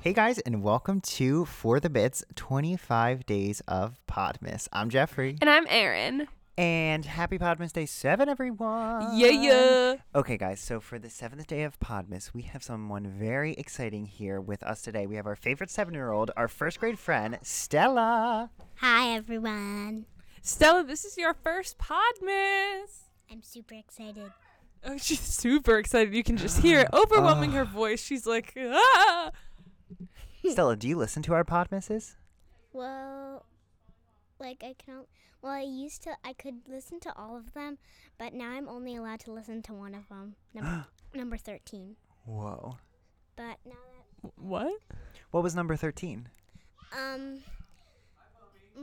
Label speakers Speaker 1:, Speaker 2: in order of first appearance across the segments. Speaker 1: Hey guys, and welcome to For the Bits 25 Days of Podmas. I'm Jeffrey.
Speaker 2: And I'm Erin.
Speaker 1: And happy Podmas Day 7, everyone!
Speaker 2: Yeah, yeah.
Speaker 1: Okay, guys, so for the seventh day of Podmas, we have someone very exciting here with us today. We have our favorite seven year old, our first grade friend, Stella.
Speaker 3: Hi everyone.
Speaker 2: Stella, this is your first Podmas.
Speaker 3: I'm super excited.
Speaker 2: Oh, she's super excited. You can just hear it overwhelming her voice. She's like, ah.
Speaker 1: Stella, do you listen to our Podmases?
Speaker 3: Well, like I can't. Well, I used to. I could listen to all of them, but now I'm only allowed to listen to one of them. Number, number thirteen.
Speaker 1: Whoa.
Speaker 3: But now that
Speaker 2: What?
Speaker 1: What was number 13?
Speaker 3: um,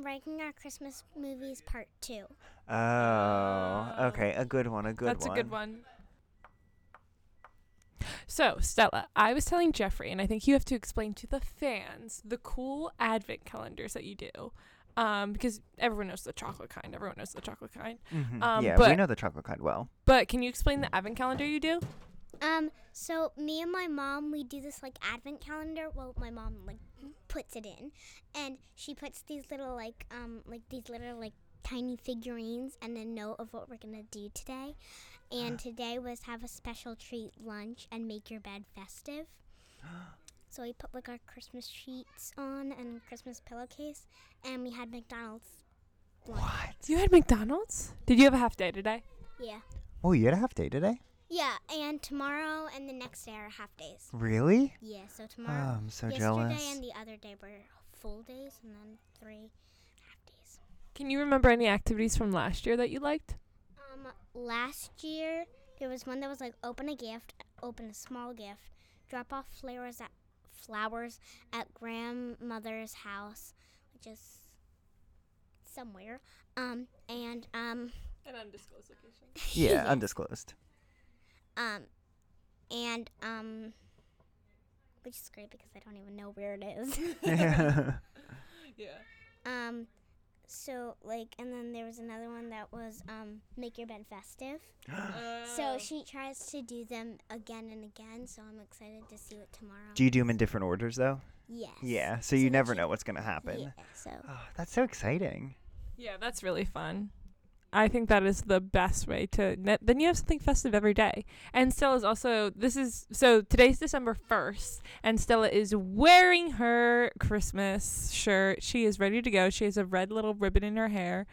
Speaker 3: ranking our Christmas movies part two.
Speaker 1: Oh, okay. A good one, a good
Speaker 2: Uh, That's
Speaker 1: one.
Speaker 2: a good one. So, Stella, I was telling Jeffrey, and I think you have to explain to the fans the cool advent calendars that you do. Um, because everyone knows the chocolate kind. Everyone knows the chocolate kind.
Speaker 1: Mhm.
Speaker 2: Um,
Speaker 1: yeah, we
Speaker 2: but-
Speaker 1: know the chocolate cod well.
Speaker 2: But can you explain the advent calendar you do?
Speaker 3: Um, so me and my mom, we do this like advent calendar. Well, my mom like puts it in, and she puts these little like um like these little like tiny figurines and a note of what we're gonna do today. And today was have a special treat lunch and make your bed festive. So we put like our Christmas sheets on and Christmas pillowcase, and we had McDonald's.
Speaker 1: What?
Speaker 2: You had McDonald's? Did you have a half day today?
Speaker 3: Yeah.
Speaker 1: Oh, you had a half day today?
Speaker 3: Yeah, and tomorrow and the next day are half days.
Speaker 1: Really?
Speaker 3: Yeah, so
Speaker 1: Oh,
Speaker 3: tomorrow.
Speaker 1: I'm so
Speaker 3: Yesterday
Speaker 1: jealous.
Speaker 3: and the other day were full days, and then three half days.
Speaker 2: Can you remember any activities from last year that you liked?
Speaker 3: Um, last year there was one that was like open a gift, open a small gift, drop off flowers at flowers at grandmother's house, which is somewhere. Um, and um,
Speaker 2: An undisclosed location.
Speaker 1: yeah,
Speaker 3: yeah.
Speaker 1: undisclosed.
Speaker 3: um, and um, which is great because I don't even know where it is.
Speaker 2: Yeah.
Speaker 3: Um, so like, and then there was another one that was um, make your bed festive.
Speaker 2: Uh, Oh.
Speaker 3: So she tries to do them again and again. So I'm excited to see what tomorrow.
Speaker 1: Do you do them in different orders though?
Speaker 3: yes.
Speaker 1: Yeah, so you never
Speaker 3: she-
Speaker 1: know what's gonna happen.
Speaker 3: Yeah, so
Speaker 1: Oh, that's so exciting.
Speaker 2: yeah, that's really fun. I think that is the best way to. ne- Then you have something festive every day. And Stella's also. This is. So today's December 1st, and Stella is wearing her Christmas shirt. She is ready to go. She has a red little ribbon in her hair.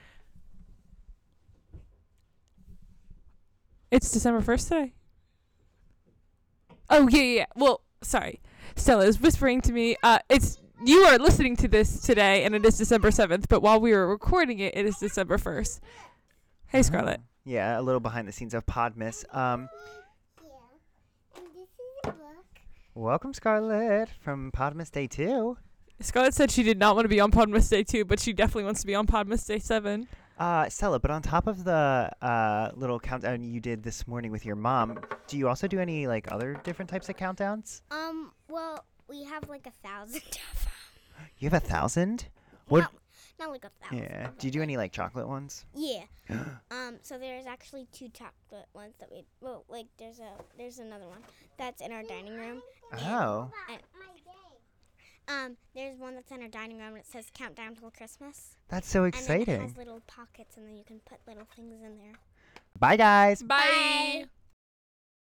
Speaker 2: It's December 1st today. Oh, yeah, yeah, yeah. Well, sorry. Stella is whispering to me. Uh, it's you are listening to this today, and it is December seventh. But while we were recording it, it is December first. Hey, Scarlett.
Speaker 1: Yeah, a little behind the scenes of Podmas. Um,
Speaker 3: this is a book.
Speaker 1: welcome Scarlett from Podmas Day Two.
Speaker 2: Scarlett said she did not want to be on Podmas Day two, but she definitely wants to be on Podmas Day seven.
Speaker 1: Uh, Stella, but on top of the uh, little countdown you did this morning with your mom, do you also do any like other different types of countdowns?
Speaker 3: Um, well, we have like a thousand of 'em.
Speaker 1: You have a thousand. What?
Speaker 3: Not, not like a thousand.
Speaker 1: Yeah.
Speaker 3: of
Speaker 1: Do you
Speaker 3: 'em,
Speaker 1: do
Speaker 3: but-
Speaker 1: any like chocolate ones?
Speaker 3: Yeah. um. So there's actually two chocolate ones that we. Well, like there's a there's another one that's in our dining room.
Speaker 1: Oh.
Speaker 3: And- um. There's one that's in our dining room and it says countdown till Christmas.
Speaker 1: That's so
Speaker 3: And then it
Speaker 1: exciting.
Speaker 3: has little pockets and then you can put little things in there.
Speaker 1: Bye guys.
Speaker 2: Bye.